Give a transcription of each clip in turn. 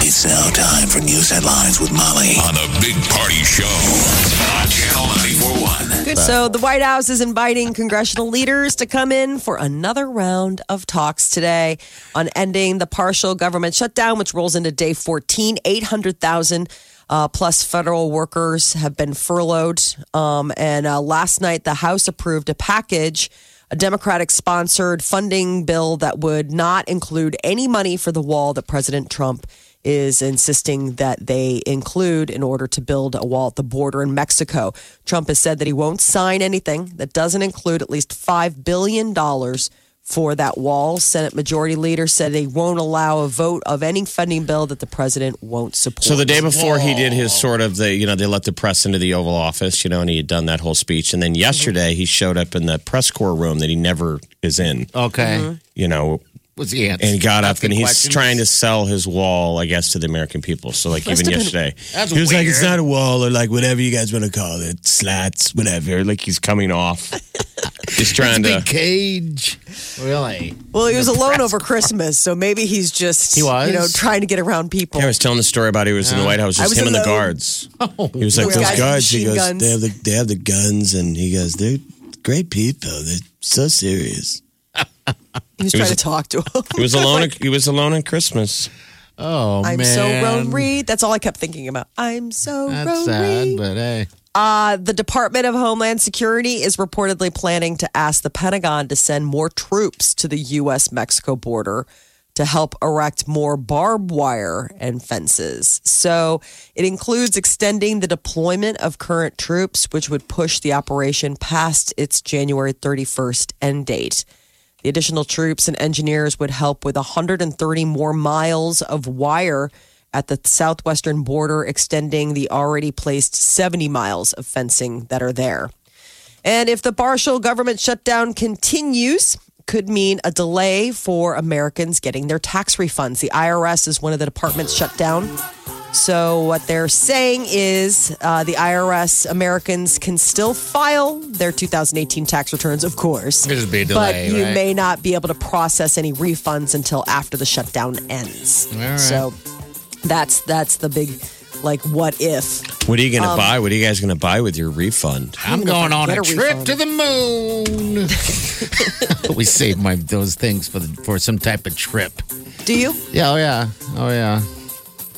It's now time for news headlines with Molly on the Big Party Show on Channel 941. Good. So the White House is inviting congressional leaders to come in for another round of talks today on ending the partial government shutdown, which rolls into day 14. 800,000 uh, plus federal workers have been furloughed. Um, and uh, last night, the House approved a package, a Democratic sponsored funding bill that would not include any money for the wall that President Trump is insisting that they include in order to build a wall at the border in Mexico. Trump has said that he won't sign anything that doesn't include at least $5 billion for that wall. Senate Majority Leader said they won't allow a vote of any funding bill that the president won't support. So the day before he did his sort of the you know they let the press into the Oval Office you know and he had done that whole speech and then yesterday he showed up in the press corps room that he never is in Okay. Mm-hmm. you know Was the answer? and he got up Asking and he's questions. trying to sell his wall I guess to the American people so like even yesterday That's he was like it's weird. not a wall or like whatever you guys want to call it slats whatever like he's coming off he's trying Big to cage. Really? Well, he was alone over Christmas, so maybe he's just He was? you know trying to get around people. I was telling the story about he was in the White House I just was him and the alone. Oh, guards he was like Those those, guys with guards he machine goes guns. they have the they have the guns and he goes they're great people they're so serious. He was It trying to was- talk to him. He was alone. at, he was alone at Christmas. Oh I'm man. so lonely. That's all I kept thinking about. I'm so That's sad, lonely. but hey. Uh, the Department of Homeland Security is reportedly planning to ask the Pentagon to send more troops to the U.S. Mexico border to help erect more barbed wire and fences. So it includes extending the deployment of current troops, which would push the operation past its January 31st end date. The additional troops and engineers would help with 130 more miles of wire at the southwestern border, extending the already placed 70 miles of fencing that are there. And if the partial government shutdown continues, could mean a delay for Americans getting their tax refunds. The IRS is one of the departments shut down. So, what they're saying is uh, the IRS Americans can still file their 2018 tax returns, of course. It'll just be a delay, But you right? may not be able to process any refunds until after the shutdown ends. right. So, that's that's the big, like, what if? What are you going Um, to buy? What are you guys going to buy with your refund? I'm know if going I on can a get a trip refund. to the moon. we save my those things for the, for some type of trip. Do you? Yeah, oh yeah, oh yeah.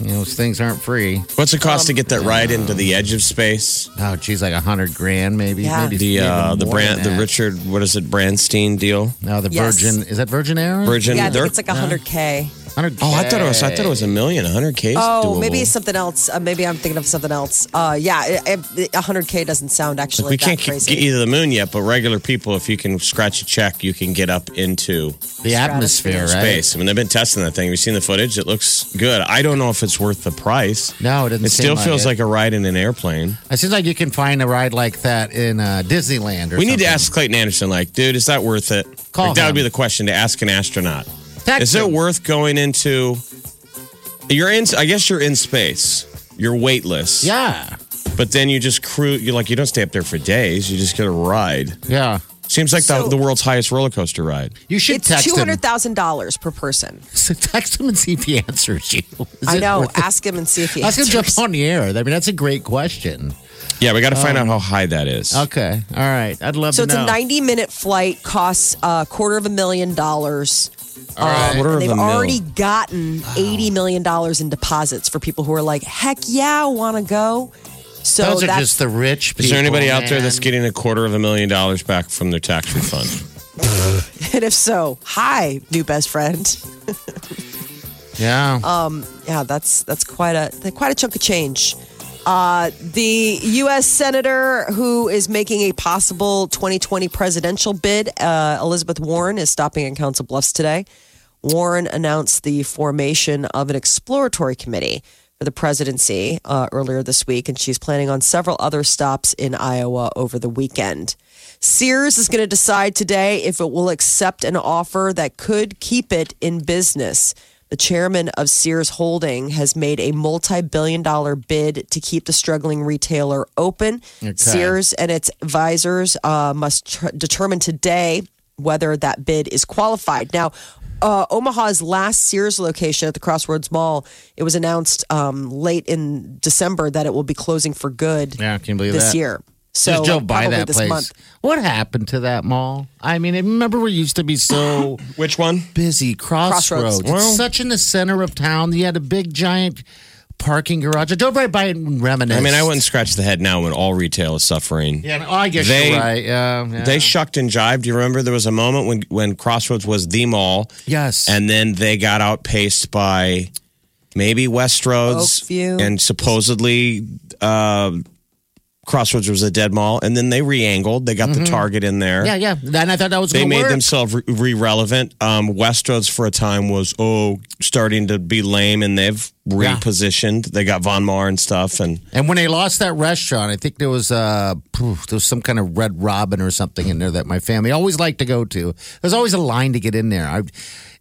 You know, those things aren't free. What's it Um, cost to get that ride into the edge of space? Oh, geez, like a hundred grand, maybe. Yeah. Maybe The even uh, the more brand than the that. Richard what is it Branstein deal? No, the Yes. Virgin is that Virgin Air? Virgin. Mm-hmm. Yeah, I they're- think it's like 100K. oh, I thought it was. I thought it was a million. hundred k. Oh, maybe it's something else. Uh, maybe I'm thinking of something else. Uh, yeah, it, it, 100K doesn't sound actually we that can't get crazy. you to the moon yet, but regular people, if you can scratch a check, you can get up into the atmosphere, right? space. I mean, they've been testing that thing. We've seen the footage. It looks good. I don't know if it's worth the price. No, it doesn't. It still seem feels it. like a ride in an airplane. It seems like you can find a ride like that in uh, Disneyland. Or We need to something. ask Clayton Anderson, like, dude, is that worth it? Call Like, that would him. be the question to ask an astronaut. Text is it him. worth going into? You're in. I guess you're in space. You're weightless. Yeah, But then you just cruise. You like you don't stay up there for days. You just get a ride. yeah. Seems like So- the, the world's highest roller coaster ride. You should it's text him. $200,000 per person. So text him and see if he answers you. Is I it know. worth it? Ask him and see if he Ask him to answers. jump on the air. I mean, that's a great question. Yeah, we got to find out how high that is. Okay, all right. I'd love So to it's know. a 90 minute flight, costs a quarter of a million dollars. Um, All right. Quarter and of they've a mil. already gotten $80 million in deposits for people who are like, heck yeah, want to go. So Those are that's just the rich. People, Is there anybody out there that's man. getting a quarter of a million dollars back from their tax refund? And if so, hi, new best friend. Yeah. Uh, Yeah, that's that's quite a quite a chunk of change. Uh, the U.S. senator who is making a possible 2020 presidential bid, uh, Elizabeth Warren, is stopping in Council Bluffs today. Warren announced the formation of an exploratory committee for the presidency uh, earlier this week, and she's planning on several other stops in Iowa over the weekend. Sears is going to decide today if it will accept an offer that could keep it in business. The chairman of Sears Holding has made a multi billion dollar bid to keep the struggling retailer open. Sears and its advisors uh, must tr- determine today whether that bid is qualified. Now, uh, Omaha's last Sears location at the Crossroads Mall, it was announced um, late in December that it will be closing for good Yeah, can you believe this that? year. So Just Joe buy probably that this place. month. What happened to that mall? I mean, I remember we used to be so Which one? busy. Crossroads. Crossroads. It's such in the center of town. You had a big giant parking garage. I drove right by it and reminisced. I mean, I wouldn't scratch the head now when all retail is suffering. Yeah, oh, I guess They- you're right. Yeah, yeah. They shucked and jived. Do you remember there was a moment when, when Crossroads was the mall, yes. and then they got outpaced by maybe Westroads Oakview. and supposedly uh, Crossroads was a dead mall, and then they re-angled. They got the Target in there. Mm-hmm. yeah, yeah. And I thought that was They gonna made work. themselves re relevant. Um, Westroads for a time was, oh, starting to be lame, and they've repositioned. They got Von Maur and stuff. And And when they lost that restaurant, I think there was uh poof, there was some kind of Red Robin or something in there that my family always liked to go to. There's always a line to get in there. I,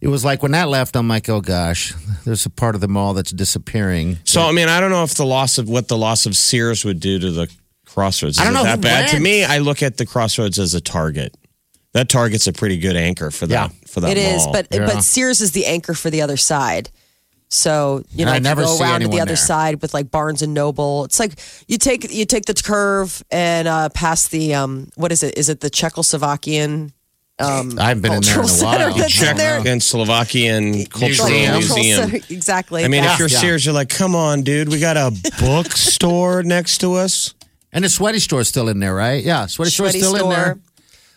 it was like when that left, I'm like, oh gosh, there's a part of the mall that's disappearing. so, I mean, I don't know if the loss of what the loss of Sears would do to the Crossroads. Is I don't it know that who bad. To went. me, I look at the Crossroads as a target. That target's a pretty good anchor for that. Yeah. for that It is, mall. but Yeah. but Sears is the anchor for the other side. So you know, And I if you never go see around to the anyone other there. side with like Barnes and Noble. It's like you take you take the curve and uh, past the um, what is it? Is it the Czechoslovakian? Um, I haven't been in there in a Cultural center while. that's Czech there. and Slovakian cultural Museum. museum. Cultural center- exactly. I mean, yeah. if you're Yeah. Sears, you're like, come on, dude, we got a bookstore next to us. And the sweaty store's still in there, right? Yeah, sweaty, store's Sweaty still in there.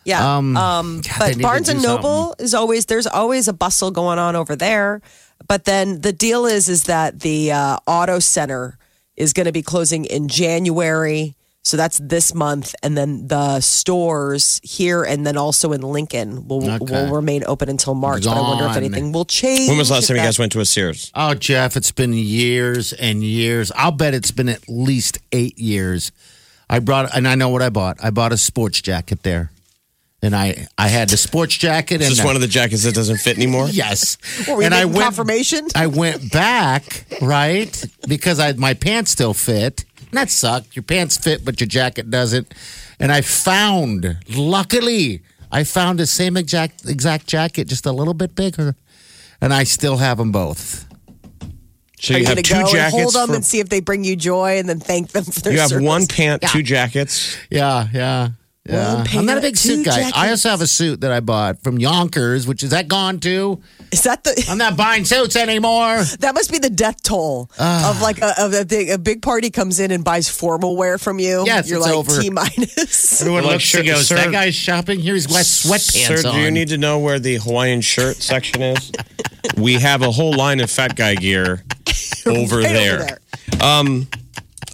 Yeah. Um, God, they but need to Barnes do and Noble is always there's always a bustle going on over there. But then the deal is is that the uh, auto center is going to be closing in January. So that's this month, and then the stores here, and then also in Lincoln will Okay. will remain open until March. But I wonder if Gone. anything will change. When was the last time you if guys that- went to a Sears? Oh, Jeff, it's been years and years. I'll bet it's been at least eight years. I brought, and I know what I bought. I bought a sports jacket there, and I I had the sports jacket and Just one of the jackets that doesn't fit anymore. yes. Were we and I getting went confirmation? I went back right because I my pants still fit. And that sucked. Your pants fit, but your jacket doesn't. And I found, luckily, I found the same exact exact jacket, just a little bit bigger. And I still have them both. So Are you, you have gonna two go and jackets. hold them for- and see if they bring you joy, and then thank them for their you have service? one pant, two jackets. Yeah, yeah. Yeah. One I'm not a pair, big suit two guy. I jackets. also have a suit that I bought from Yonkers, which is that gone too? Is that the? I'm not buying suits anymore. That must be the death toll Ah. of like a, of a, big, a big party comes in and buys formal wear from you. Yes, you're it's like over. T minus. Everyone Like, looks and sir- goes, sir- that guy's shopping here. He's got sweatpants Sir, on. do you need to know where the Hawaiian shirt section is? we have a whole line of fat guy gear over, there.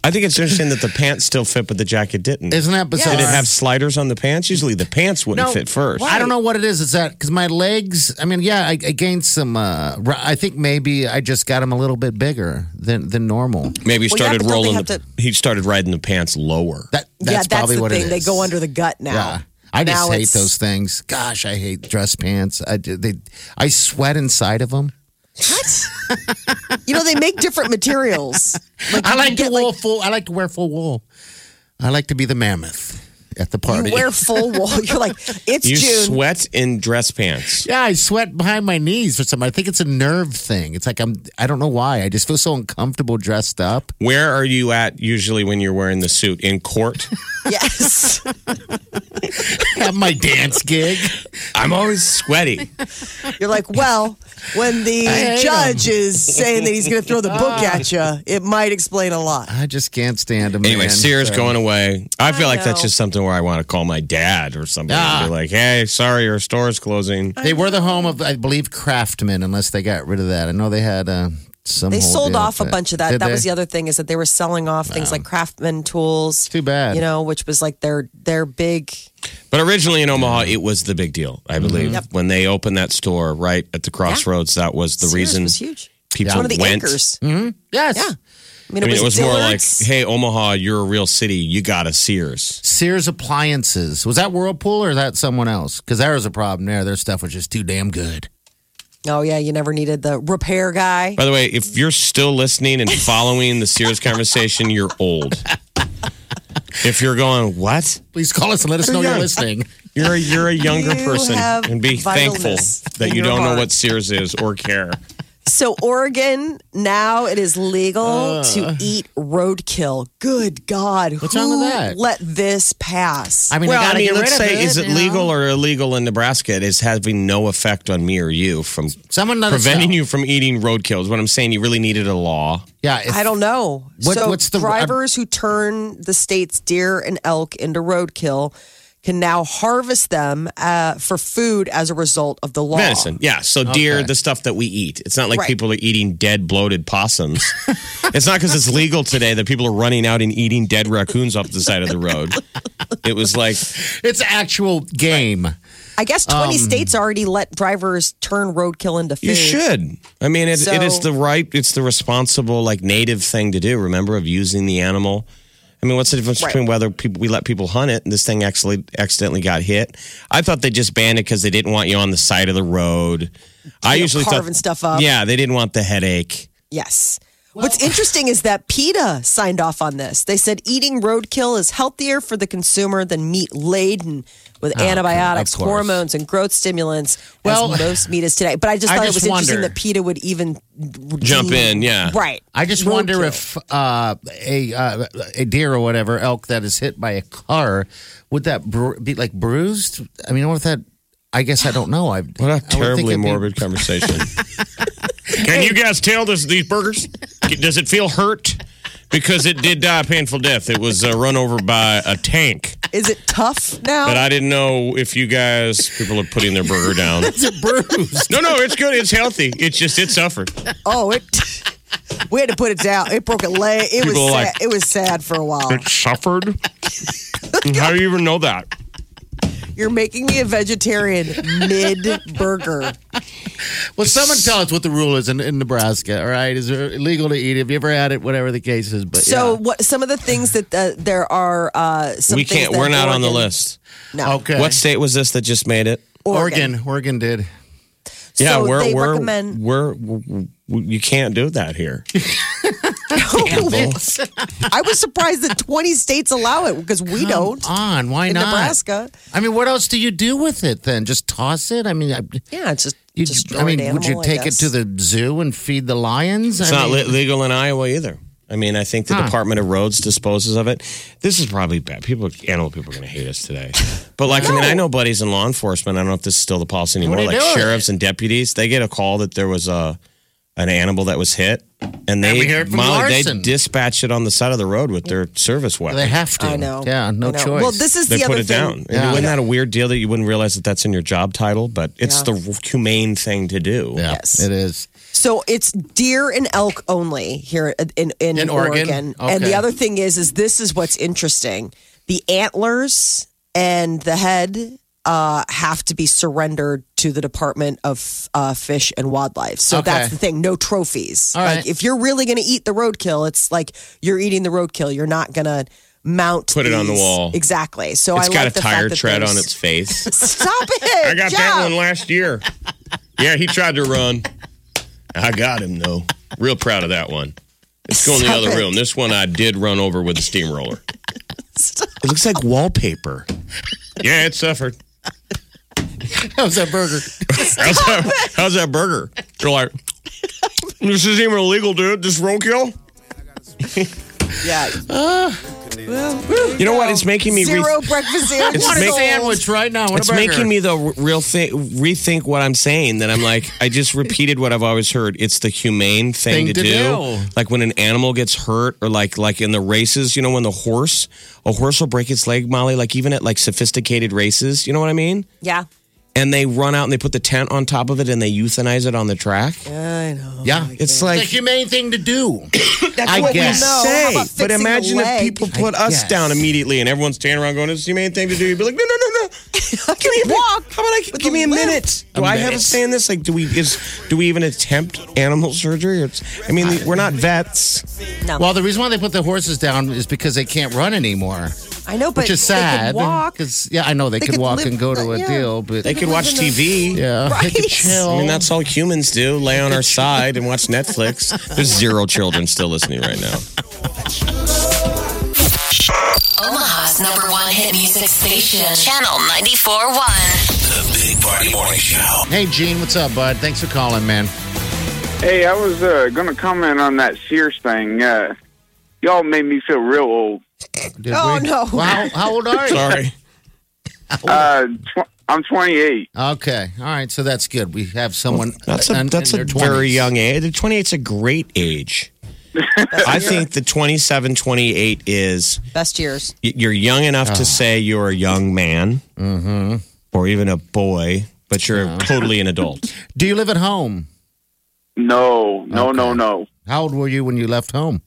I think it's interesting that the pants still fit, but the jacket didn't. Isn't that bizarre? Did it have sliders on the pants? Usually the pants wouldn't No, fit first. I don't know what it is. It's that because my legs. I mean, yeah, I, I gained some. Uh, ri- I think maybe I just got them a little bit bigger than than normal. Well, yeah, Maybe he started but don't they rolling. have The, to- he started riding the pants lower. That that's, yeah, that's probably the what thing. it They is. go under the gut now. Yeah, I just Now hate it's- those things. Gosh, I hate dress pants. I do- they I sweat inside of them. You know, they make different materials. Like I you like can to get, wool full. I like to wear full wool. I like to be the mammoth at the party. you wear full wool. You're like, it's You June. sweat in dress pants. Yeah, I sweat behind my knees for some. I think it's a nerve thing. It's like I'm. I don't know why. I just feel so uncomfortable dressed up. Where are you at usually when you're wearing the suit? In court? Yes. At my dance gig. I'm always sweaty. You're like, well, when the hate judge is saying that he's going to throw the book at you, it might explain a lot. I just can't stand him. Anyway, man. Sears So- going away. I feel I like that's know. just something where I want to call my dad or something Ah. and be like, hey, sorry, your store's closing. They were the home of, I believe, Craftsman, unless they got rid of that. I know they had uh, Some They whole sold deal off a thing. bunch of that. Did that was they? the other thing is that they were selling off things like Craftsman tools. Too bad. You know, which was like their their big But originally in Omaha, it was the big deal, I believe. Yep. When they opened that store right at the crossroads, that was the Sears reason was huge. people It's one of the went. anchors. Mm-hmm. Yes. Yeah. I mean, I mean, it was, more like, Dillard's. hey, Omaha, you're a real city. You got a Sears. Sears Appliances. Was that Whirlpool or is that someone else? Because there was a problem there. Their stuff was just too damn good. Oh yeah, you never needed the repair guy. By the way, if you're still listening and following the Sears conversation, you're old. If you're going, what? Please call us and let us know you're Yeah. listening. You're a, you're a younger You person have and be thankful vitalness that in you your don't know heart. what Sears is or care. So Oregon now it is legal to eat roadkill. Good God, Ah. What's who wrong with that? Let this pass. I mean, well, I I gotta mean, get let's rid of say, it. is it you know? legal or illegal in Nebraska? It is having no effect on me or you from Someone let us preventing know. you from eating roadkill. Is what I'm saying. You really needed a law. Yeah. If, I don't know. What- so what's the- drivers who turn the state's deer and elk into roadkill can now harvest them uh, for food as a result of the law. Venison, yeah. So deer, Okay. the stuff that we eat. It's not like Right. people are eating dead, bloated possums. it's not because it's legal today that people are running out and eating dead raccoons off the side of the road. It was like, It's actual game. I guess twenty Um, states already let drivers turn roadkill into food. you should. I mean, it, it is So- the right, it's the responsible, like native thing to do. Remember of using the animal. I mean, what's the difference Right. between whether people, we let people hunt it and this thing actually accidentally got hit? I thought they just banned it because they didn't want you on the side of the road. I You know, usually carving thought, stuff up. Yeah, they didn't want the headache. Yes. What's interesting is that PETA signed off on this. They said eating roadkill is healthier for the consumer than meat laden with antibiotics, course. hormones, and growth stimulants, Well, as most meat is today. But I just I thought just it was interesting wonder- that PETA would even Jump in, yeah. Right. I just wonder if uh, a uh, a deer or whatever elk that is hit by a car would that bru be like bruised? I mean, what if that? I guess I don't know. I What I a would think terribly it'd be- morbid conversation. Can you guys tell this, these burgers? Does it feel hurt? Because it did die a painful death. It was uh, run over by a tank. Is it tough now? But I didn't know if you guys, people are putting their burger down. Is it bruised? No, no, it's good. It's healthy. It's just, it suffered. oh, it. We had to put it down. It broke a leg. It was People sad. are like- it was sad for a while. It suffered? How do you even know that? You're making me a vegetarian mid burger. well, someone tell us what the rule is in, in Nebraska. All right, is it illegal to eat? Have you ever had it? Whatever the case is, but So, yeah. what some of the things that uh, there are? Uh, some we things can't, that we're not on the Oregon- list. No. okay, What state was this that just made it? Oregon? Oregon, did. Yeah, So we're, they we're, recommend- we're, we you can't do that here. I was surprised that 20 states allow it because we don't on. Why in not? Nebraska. I mean, what else do you do with it then? Just toss it? I mean, I, Yeah, it's just. you, destroyed I mean, would animal, you I take it guess. to the zoo and feed the lions? It's I not mean, li- legal in Iowa either. I mean, I think the Department of Roads disposes of it. This is probably bad. People, animal people, are going to hate us today. But like, I mean, I know buddies in law enforcement. I don't know if this is still the policy anymore. do you Like do with sheriffs and deputies, they get a call that there was a an animal that was hit, and we they heard from Molly, they Larson. dispatch it on the side of the road with their service weapon. They have to. I know. Yeah, no I know. choice. Well, this is They the put other it down. thing. And Yeah. Wasn't that a weird deal that you wouldn't realize that that's in your job title? But it's Yeah. the humane thing to do. yeah, Yes. it is. So it's deer and elk only here in in, In Oregon? And the Okay. other thing is, is this is what's interesting: the antlers and the head uh, have to be surrendered to the Department of uh, Fish and Wildlife. So Okay. that's the thing: no trophies. All like right. if you're really going to eat the roadkill, it's like you're eating the roadkill. You're not going to mount Put it on the these. wall. Exactly. So It's Oh, I got like a the fact tire that tread on there's- its face. Stop it! I got Jeff. that one last year. Yeah, he tried to run. I got him though. Real proud of that one. Let's go in the Stop other it. room. This one I did run over with a steamroller. It looks like wallpaper. Yeah, it suffered. How's that burger? How's that, how's that burger? You're like, this isn't even illegal, dude. This roadkill. Yeah. Ah. You know what? It's making me re- Zero breakfast sandwich. I want a make- sandwich right now. and a it's burger. making me the r- real thing rethink what I'm saying. That I'm like, I just repeated what I've always heard. It's the humane thing, Thing to, to do. do. Like when an animal gets hurt, or like like in the races, you know, when the horse, a horse will break its leg, Molly. Like even at like sophisticated races, you know what I mean? Yeah. and they run out and they put the tent on top of it and they euthanize it on the track. I know. Yeah. It's the like humane thing to do. That's I what guess. we know. How say, about fixing but a imagine if leg? people put I us guess. down immediately and everyone's standing around going, "It's the humane thing to do." You'd be like, "No, no, no, no." Give me a walk. How about I with give a me a limp. minute? Do I have a minute. say in this? Like, do we is do we even attempt animal surgery? Or it's, I mean, we're not vets. Well, the reason why they put the horses down is because they can't run anymore, I know, but which is sad. They could walk. 'cause- yeah, I know they, They could could walk live- and go to a yeah. deal, but They could watch TV. yeah, they could Right. chill. I mean, that's all humans do: lay on our side and watch Netflix. There's zero children still listening right now. Omaha's number one hit music station, Channel 94.1. The Big Party Morning Show. hey, Gene, what's up, bud? Thanks for calling, man. Hey, I was uh, going to comment on that Sears thing. Uh, y'all made me feel real old. Did Oh, we- no. Well, how, how old are you? Sorry. Uh, tw- I'm 28. Okay, all right, so that's good. We have someone. That's in- a in that's a their very 20s. young age. 28 is a great age. I think the 27, 28 is Best years. y- you're young enough Oh. to say you're a young man Mm-hmm. or even a boy, but you're totally an adult. Do you live at home? No, no, no, no. How old were you when you left home?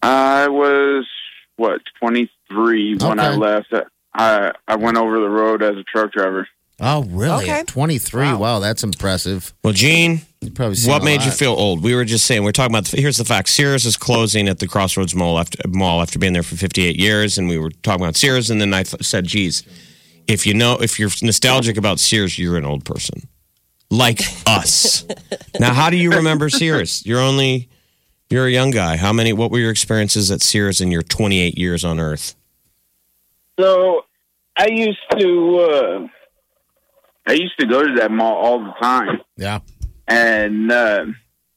I was, what, 23 when I Okay. left. I, I went over the road as a truck driver. Oh, really? Okay. At 23. Wow. that's impressive. Well, Gene, You probably seen what a made you lot. feel old? We were just saying, we're talking about, here's the fact Sears is closing at the Crossroads Mall after, mall after being there for 58 years. And we were talking about Sears. And then I th- said, geez, if you know, if you're nostalgic about Sears, you're an old person like us. now, how do you remember Sears? You're only, you're a young guy. How many, what were your experiences at Sears in your 28 years on earth? So I used to, uh, I used to go to that mall all the time. Yeah. and uh,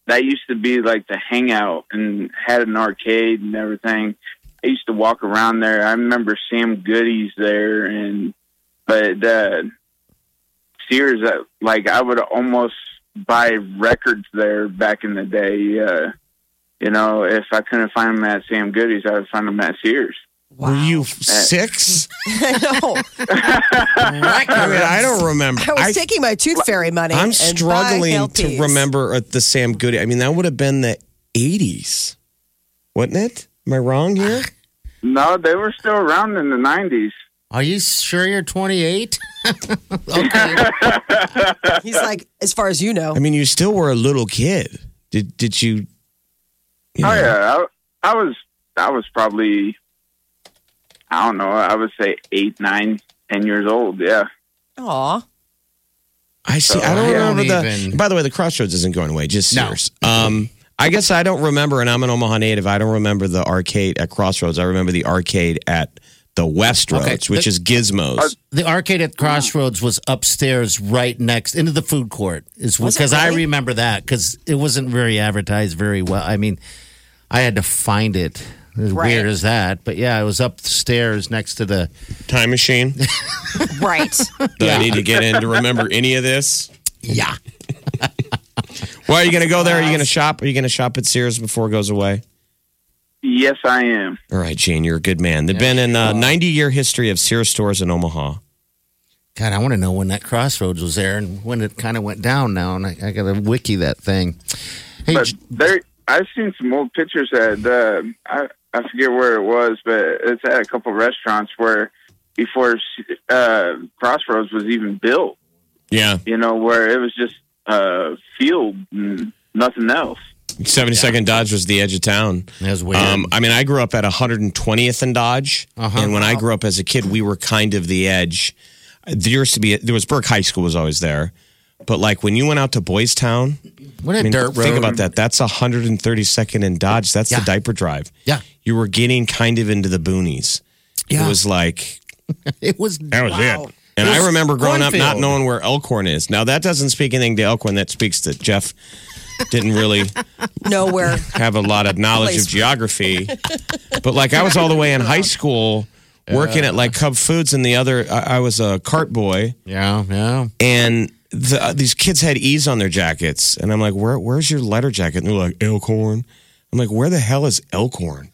that used to be like the hangout and had an arcade and everything. I used to walk around there. I remember Sam Goody's there, and but uh, Sears, uh, like I would almost buy records there back in the day. Uh, you know, if I couldn't find them at Sam Goody's, I would find them at Sears. Were you six? I know. I mean, I don't remember. I was taking my tooth fairy money. I'm and buying struggling LPs. to remember at the Sam Goody. I mean, that would have been the 80s, wouldn't it? Am I wrong here? Ah, No, they were still around in the nineties. Are you sure you're 28? okay. He's like, as far as you know, I mean, you still were a little kid. Did did you? you Oh know, yeah, I, I was I was probably I don't know. I would say eight, nine, ten years old. Yeah, aw, I see. I don't I don't remember the. even- By the way, the Crossroads isn't going away. Just No. Sears. Um, I guess I don't remember, and I'm an Omaha native. I don't remember the arcade at Crossroads. I remember the arcade at the West Roads, Okay. which is Gizmos. the arcade at Crossroads was upstairs right next into the food court. Is Was it because I really? remember that because it wasn't very advertised very well. I mean, I had to find it. As Right. weird as that, but yeah, it was upstairs next to the Time machine. Do right? I need to get in to remember any of this? yeah. Well, are you going to go there? Are you going to shop? Are you going to shop at Sears before it goes away? yes, I am. All right, Gene, you're a good man. There's been a uh, 90 year history of Sears stores in Omaha. God, I want to know when that Crossroads was there and when it kind of went down. Now, and I, I got to wiki that thing. Hey, But J- there, I've seen some old pictures at uh, I I forget where it was, but it's at a couple restaurants where before uh, Crossroads was even built. Yeah, You know, where it was just uh, field and nothing else. 72nd Dodge was the edge of town. that was weird. Um, I mean, I grew up at 120th and Dodge, Uh-huh. and when I grew up as a kid, we were kind of the edge. There used to be there was Burke High School was always there, but like when you went out to Boys Town, what a I mean, dirt road. think about that. That's 132nd and Dodge. That's the Yeah. diaper drive. Yeah. you were getting kind of into the boonies. It was like It was. That was it. And It was I remember growing up not cornfield. knowing where Elkhorn is. Now that doesn't speak anything to Elkhorn. That speaks that Jeff didn't really Nowhere. have a lot of knowledge Place. of geography. But like I was all the way in high school working at like Cub Foods, and the other I, I was a cart boy, Yeah, yeah. and the, uh, these kids had E's on their jackets, and I'm like, where Where's your letter jacket? And they're like Elkhorn. I'm like, where the hell is Elkhorn?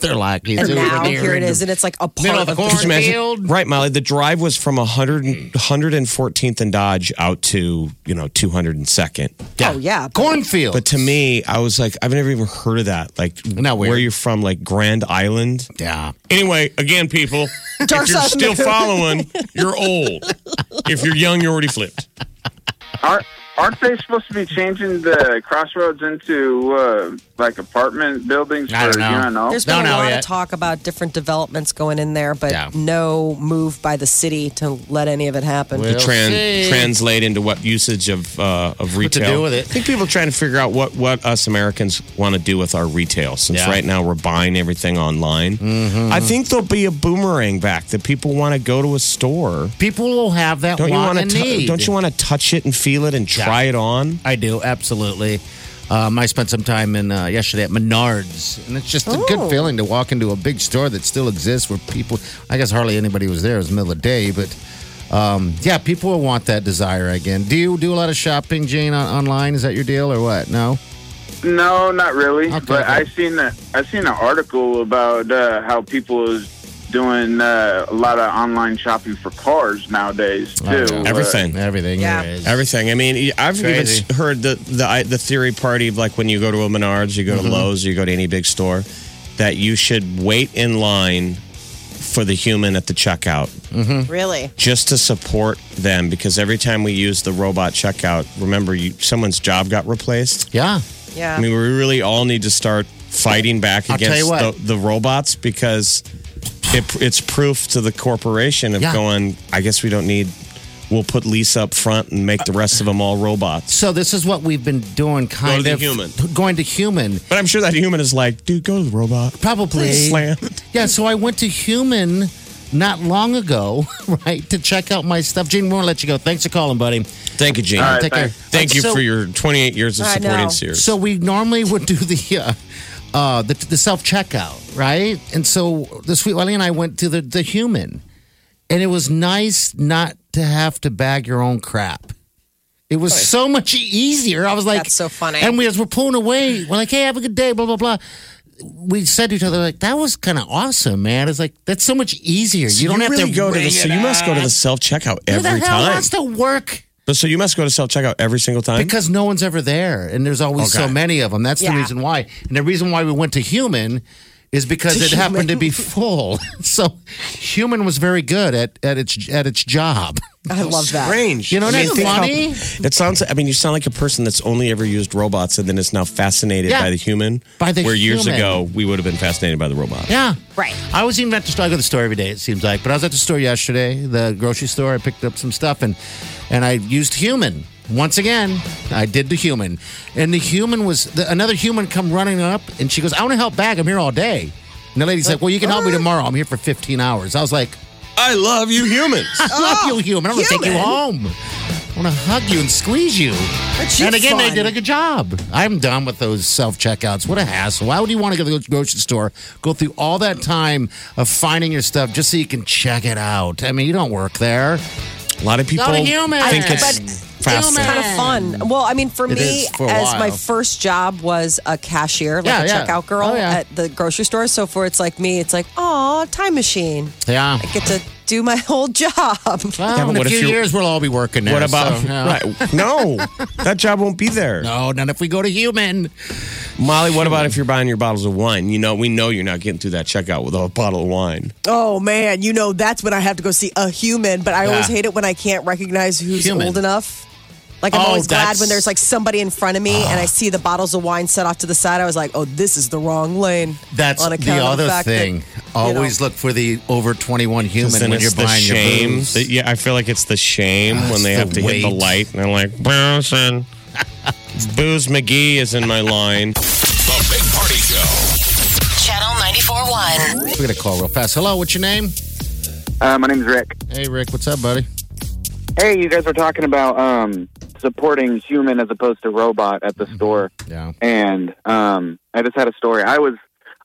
They're like, he's And over now there here it in the is, and it's like a Middle part of the of the Could you imagine? cornfield. Right, Molly. The drive was from 100, 114th and Dodge out to, you know, 202nd. Oh, yeah. Cornfield. But to me, I was like, I've never even heard of that. Like, Not weird. where you're from, like Grand Island. yeah. Anyway, again, people, if you're Dark side of the still moon. following, you're old. If you're young, you're already flipped. Aren't, aren't they supposed to be changing the crossroads into uh, like apartment buildings I for don't know. UNL? There's been Don't a know lot yet. of talk about different developments going in there, but Yeah. no move by the city to let any of it happen. Well- Tran- see. translate into what usage of uh, of to retail. do with it. I think people are trying to figure out what what us Americans want to do with our retail. Since Yeah. Mm-hmm. right now we're buying everything online, I think there'll be a boomerang back that people want to go to a store. People will have that Don't you want want and to? need. Don't you want to touch it and feel it and try it on? I do absolutely. Um, I spent some time in uh, yesterday at Menards, and it's just a Oh. good feeling to walk into a big store that still exists where people. I guess hardly anybody was there. It was the middle of the day, but um, yeah, people will want that desire again. Do you do a lot of shopping, Jane, on- online? Is that your deal or what? No. No, not really. Okay, but okay. I seen a, I seen an article about uh, how people is doing uh, a lot of online shopping for cars nowadays too. know. Everything. Oh, Everything Yeah. there is. Everything. I mean, I've Crazy. even heard the the I- the theory party of like when you go to a Menards, you go to Lowe's, you go to any big store, that you should wait in line for the human at the checkout Really? just to support them because every time we use the robot checkout, remember you someone's job got replaced. Yeah. Yeah. I mean, we really all need to start fighting back I'll tell against you the, what. the robots because it, it's proof to the corporation of Yeah. going. I guess we don't need. We'll put Lisa up front and make the rest of them all robots. So this is what we've been doing, kind the of human. Going to human, But I'm sure that human is like, dude, go to the robot. probably. Slam. Yeah, so I went to Human not long ago, right, to check out my stuff. Gene, we won't let you go. Thanks for calling, buddy. Thank you, Gene. All right, Take care. thanks. Thank you So- for your 28 years of I supporting know. Sears. So we normally would do the uh, uh, the, the self checkout, right? And so the sweet Wiley and I went to the the Human, and it was nice not to have to bag your own crap. It was so much easier. I was like, That's so funny. And we, as we're pulling away, we're like, hey, have a good day, blah, blah, blah. We said to each other, like, that was kind of awesome, man. It's like, that's so much easier. you don't have really to go to the. ring So it you must go to out. the self checkout Who the every hell time. wants to work? But so you must go to self checkout every single time. Because no one's ever there, and there's always so Okay. many of them. That's the Yeah. reason why. And the reason why we went to human is because it happened to be full. so human was very good at, at its at its job. I love that. Strange. You know what I mean? think how- Funny. it sounds. I mean, you sound like a person that's only ever used robots and then is now fascinated Yeah. by the human. By the where years human. ago we would have been fascinated by the robot. Yeah. Right. I was even at the store. I go to the store every day. It seems like, but I was at the store yesterday, the grocery store. I picked up some stuff, and and I used human once again. I did the human, and the human was the, another human come running up, and she goes, "I want to help bag. I'm here all day." And the lady's like, "Well, you can help Uh-huh. me tomorrow. I'm here for 15 hours." I was like, I love you, humans. "I love you, Oh, human. I'm going to take you home. I want to hug you and squeeze you." you and again, they fun. did a good job. I'm done with those self checkouts. What a hassle. Why would you want to go to the grocery store, go through all that time of finding your stuff just so you can check it out? I mean, you don't work there. a lot of people Go to human. think it's But faster. human. kind of fun. Well, I mean, for It me, is for a as my while. first job was a cashier, like Yeah, a yeah. checkout girl Oh, yeah. at the grocery store. So for it's like me, it's like, oh, time machine. Yeah. I get to do my whole job. Well, Yeah, but in what if a few you- years, we'll all be working there. What about so, yeah. right? No, that job won't be there. No, Oh, not if we go to human. Molly, what about if you're buying your bottles of wine? You know, we know you're not getting through that checkout with a bottle of wine. Oh man, you know that's when I have to go see a human. But I always Yeah. hate it when I can't recognize who's Human. old enough. Like I'm Oh, always glad that's- Ah. when there's like somebody in front of me and I see the bottles of wine set off to the side. I was like, oh, this is the wrong lane. That's On the account of other fact that, thing. you know- Always look for the over 21 human Then when it's you're the buying your shame. booze. that- yeah, I feel like it's the shame when it's they the have to hit the weight. light and they're like, Boosin. Booze McGee is in my line. The Big Party Show. Channel 94.1. We're going to call real fast. Hello, what's your name? Uh, my name's Rick. Hey, Rick, what's up, buddy? Hey, you guys were talking about um, supporting human as opposed to robot at the Mm-hmm. store, Yeah. and um, I just had a story. I was,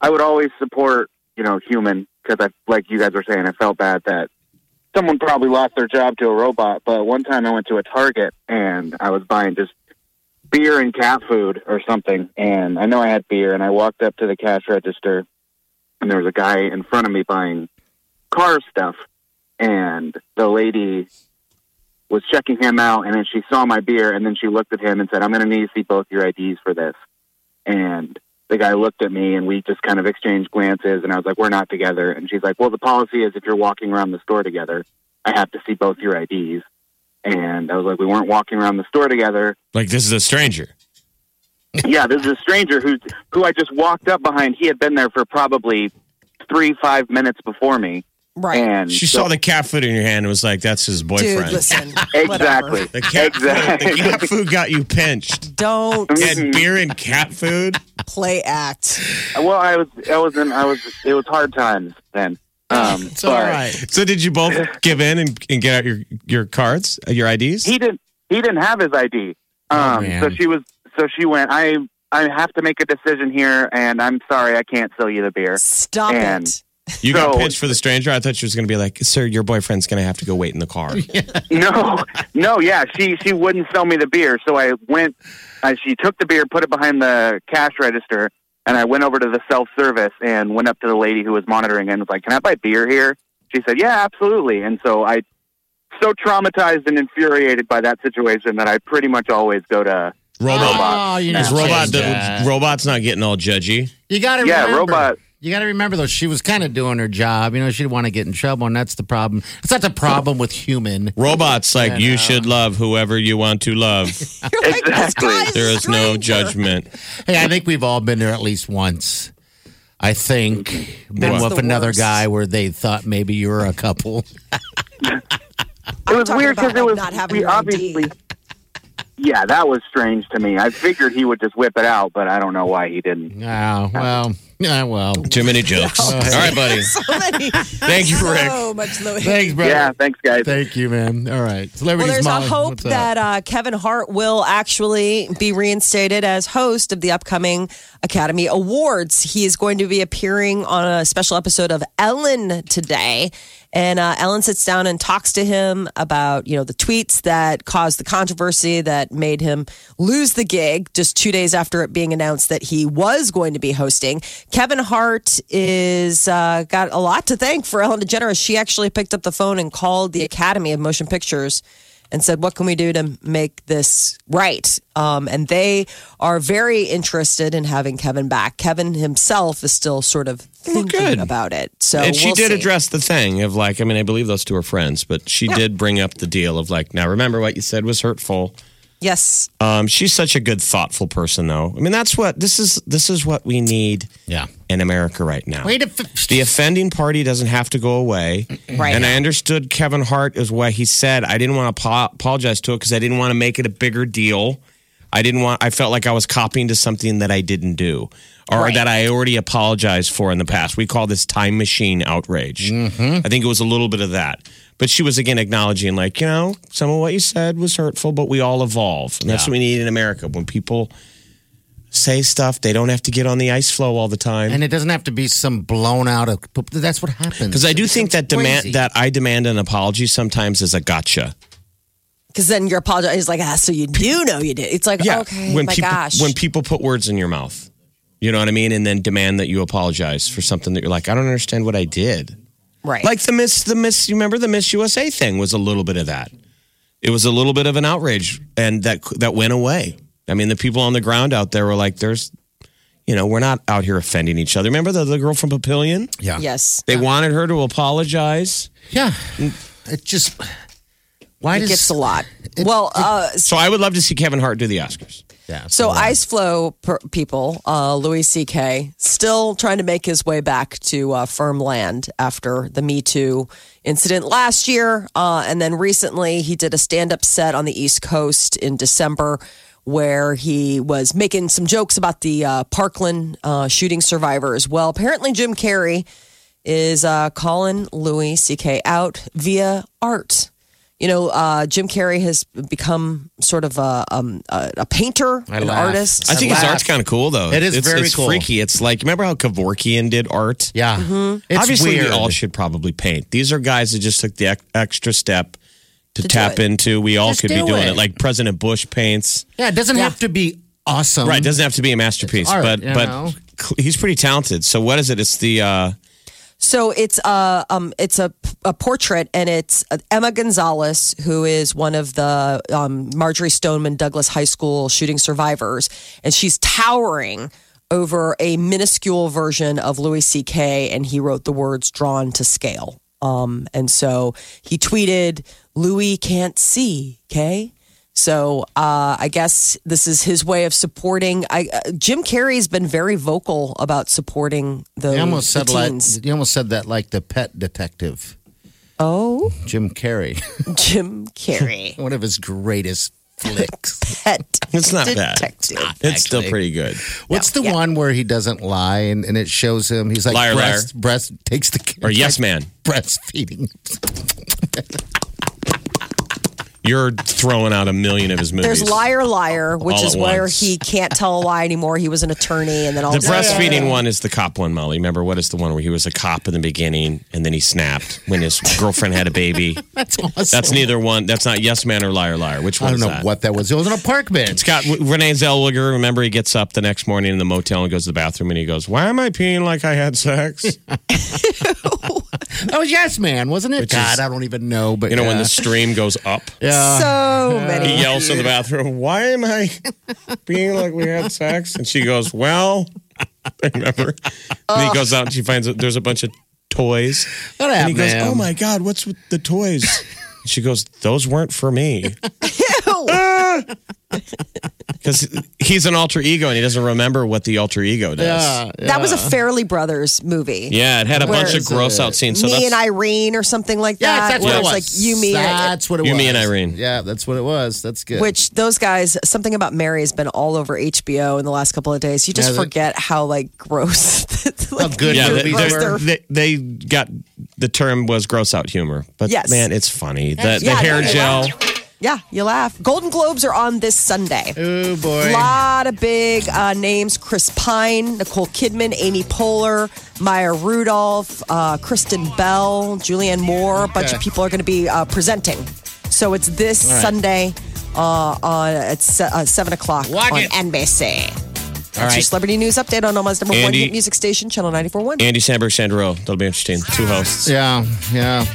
I would always support you know human because I like you guys were saying, I felt bad that someone probably lost their job to a robot. But one time I went to a Target and I was buying just beer and cat food or something, and I know I had beer, and I walked up to the cash register, and there was a guy in front of me buying car stuff, and the lady was checking him out, and then she saw my beer, and then she looked at him and said, "I'm going to need to see both your IDs for this." And the guy looked at me, and we just kind of exchanged glances, and I was like, "We're not together." And she's like, "Well, the policy is if you're walking around the store together, I have to see both your IDs." And I was like, "We weren't walking around the store together." Like this is a stranger. yeah, this is a stranger who who I just walked up behind. He had been there for probably three five minutes before me, Right. and She so- saw the cat food in your hand and was like, "That's his Dude, boyfriend." listen. exactly, whatever. the cat, exactly. food, the cat food got you pinched. Don't You had beer and cat food. play act. Well, I was I was in I was it was hard times then. Um, It's but all right. So did you both give in and, and get out your your cards, uh, your IDs? He didn't he didn't have his ID. Um, man. so she was so she went. I I have to make a decision here, and I'm sorry I can't sell you the beer. Stop And- it. you got so- pinched for the stranger. I thought she was going to be like, "Sir, your boyfriend's going to have to go wait in the car." No, no, yeah, she she wouldn't sell me the beer, so I went. I, she took the beer, put it behind the cash register, and I went over to the self service and went up to the lady who was monitoring and was like, "Can I buy beer here?" She said, "Yeah, absolutely." And so I, so traumatized and infuriated by that situation that I pretty much always go to. Robot. Oh, you Is know, robot change that. robot's not getting all judgy. You got to Yeah, remember. robot. You got to remember though, she was kind of doing her job. You know, she didn't want to get in trouble, and that's the problem. It's not the problem with human. Robots like Yeah, you no. should love whoever you want to love. You're like, this Exactly. guy's a There is no stranger. judgment. Hey, I think we've all been there at least once. I think been That's with the another worst. guy where they thought maybe you were a couple. It was talking weird about, because it like, was not having we your ID. obviously. Yeah, that was strange to me. I figured he would just whip it out, but I don't know why he didn't. Ah, well, yeah, well. Too many jokes. All right, buddy. So many. Thank you, Rick. So much Louis. Thanks, brother. Yeah, thanks, guys. Thank you, man. All right, Well, celebrities. there's Molly, a hope what's up? that uh, Kevin Hart will actually be reinstated as host of the upcoming Academy Awards. He is going to be appearing on a special episode of Ellen today, and uh, Ellen sits down and talks to him about you know the tweets that caused the controversy that made him lose the gig just two days after it being announced that he was going to be hosting. Kevin Hart is uh, got a lot to thank for Ellen DeGeneres. She actually picked up the phone and called the Academy of Motion Pictures and said, "What can we do to make this right?" Um, and they are very interested in having Kevin back. Kevin himself is still sort of thinking Oh, good. about it. So and she we'll did see. address the thing of like, I mean, I believe those two are friends, but she did bring up the deal of like, now remember what you said was hurtful. Yes, Um, she's such a good, thoughtful person, though. I mean, that's what this is. This is what we need Yeah. in America right now. Wait a the offending party doesn't have to go away. Right. And I understood Kevin Hart is why he said I didn't want to apo- apologize to it because I didn't want to make it a bigger deal. I didn't want. I felt like I was copying to something that I didn't do or that I already apologized for in the past. We call this time machine outrage. I think it was a little bit of that. But she was again acknowledging, like, you know, some of what you said was hurtful, but we all evolve. And that's what we need in America. When people say stuff, they don't have to get on the ice flow all the time. and it doesn't have to be some blown out of. but That's what happens. Because I do think that Crazy. demand that I demand an apology sometimes is a gotcha. because then you're apologizing. He's like, "Ah, so you do know you did." It's like, Oh, okay, when my people gosh. when people put words in your mouth, you know what I mean, and then demand that you apologize for something that you're like, I don't understand what I did. right. Like the Miss the Miss, you remember the Miss USA thing was a little bit of that. It was a little bit of an outrage, and that that went away. I mean, the people on the ground out there were like, "There's, you know, we're not out here offending each other." Remember the, the girl from Papillion? Yeah. yes. They wanted her to apologize. Yeah. It just. Why It does gets a lot. well, uh, So I would love to see Kevin Hart do the Oscars. Yeah, So Ice Flow per- people, uh, Louis C.K. still trying to make his way back to uh, firm land after the Me Too incident last year, uh, and then recently he did a stand-up set on the East Coast in December, where he was making some jokes about the uh, Parkland uh, shooting survivor as well. Apparently, Jim Carrey is uh, calling Louis C.K. out via art. You know, uh, Jim Carrey has become sort of a, um, a, a painter, I an laugh. artist. I think his laugh. art's kind of cool, though. It is it's, very it's cool. freaky. It's like remember how Kevorkian did art? Yeah. mm-hmm. It's Obviously, weird. we all should probably paint. These are guys that just took the ex- extra step to, do tap it. into. We all Just could be do doing it. it. Like President Bush paints. yeah, it doesn't have to be awesome. Right, doesn't have to be a masterpiece, Um, art, but you but know? cl- he's pretty talented. So what is it? It's the uh, So it's a um, it's a, a portrait, and it's uh, Emma Gonzalez, who is one of the um, Marjorie Stoneman Douglas High School shooting survivors, and she's towering over a minuscule version of Louis C.K. and he wrote the words "drawn to scale." Um, and so he tweeted, "Louis can't see K." So uh, I guess this is his way of supporting. I, uh, Jim Carrey's been very vocal about supporting the You almost said the like teens. you almost said that like the pet detective Oh, Jim Carrey, Jim Carrey. one of his greatest flicks. Pet. it's not Detective. bad. It's still actually. pretty good. What's the one where he doesn't lie and, and it shows him he's like Liar, breast, breast takes the kid Or yes, man, breastfeeding. you're throwing out a million of his movies. There's Liar Liar, which All is at where once. he can't tell a lie anymore. He was an attorney, and then all The of a sudden- breastfeeding one is the cop one, Molly. Remember what is the one where he was a cop in the beginning and then he snapped when his girlfriend had a baby. That's awesome. That's neither one. That's not yes man or liar liar. Which I one? don't is know that? what that was. It was an apartment. It's got Renee Zellweger. Remember, he gets up the next morning in the motel and goes to the bathroom and he goes, "Why am I peeing like I had sex?" that was Oh, Yes Man, wasn't it? Which God, is- I don't even know. But You know, when yeah. the stream goes up, yeah. So he many. yells in the bathroom, "Why am I being like we had sex?" And she goes, "Well, I remember." And he goes out and she finds out there's a bunch of toys. What And he happened, goes, man? "Oh my god, what's with the toys?" And she goes, "Those weren't for me." Because he's an alter ego and he doesn't remember what the alter ego does. Yeah, That was a Fairly Brothers movie. Yeah, it had a Where bunch of is gross out scenes. So me that's, and Irene, or something like Yes, that. that's where what it it's was. like you, me, and- That's what it You, was. me, and Irene. Yeah, that's what it was. That's good. Which those guys, something about Mary has been all over HBO in the last couple of days. You just Yeah, that- forget how like gross. like, How good yeah, Your they, movies they, were- they, they got the term was gross out humor, but Yes. man, it's funny. The, the Yeah, hair no, they gel. yeah, you laugh. Golden Globes are on this Sunday. oh boy. A lot of big uh, names Chris Pine, Nicole Kidman, Amy Poehler, Maya Rudolph, uh, Kristen Bell, Julianne Moore. A bunch of people are going to be uh, presenting. So it's this right. Sunday uh, on, at se- uh, 7 o'clock Watch on it. NBC. All It's your right. celebrity news update on Omaha's number one Andy- hit music station, Channel 94.1. Andy Samberg, Sandro. That'll be interesting. Two hosts. Yeah, yeah.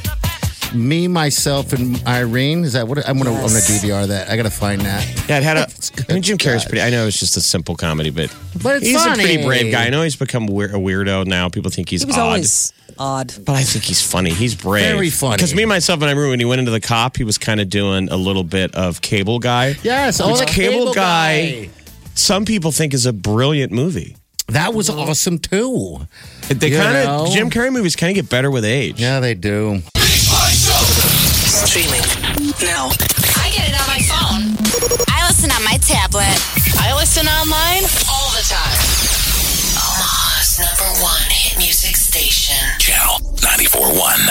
Me, myself, and Irene. Is that what? I'm gonna Yes. I'm gonna DVR that. I gotta find that. Yeah, it had a. I mean, Jim Carrey's God. pretty. I know it's just a simple comedy, but, But it's he's funny. a pretty brave guy. I know he's become weir- a weirdo now. People think he's He was odd. always odd. But I think he's funny. He's brave. Very funny. Because me, myself, and I remember when he went into the cop, he was kind of doing a little bit of Cable Guy. Yes, Which oh, the Cable cable Guy, some people think is a brilliant movie. That was awesome too. They You kind know? of, Jim Carrey movies kind of get better with age. Yeah, they do. Streaming now. I get it on my phone. I listen on my tablet. I listen online all the time. Omaha's number one hit music station. Channel 94.1.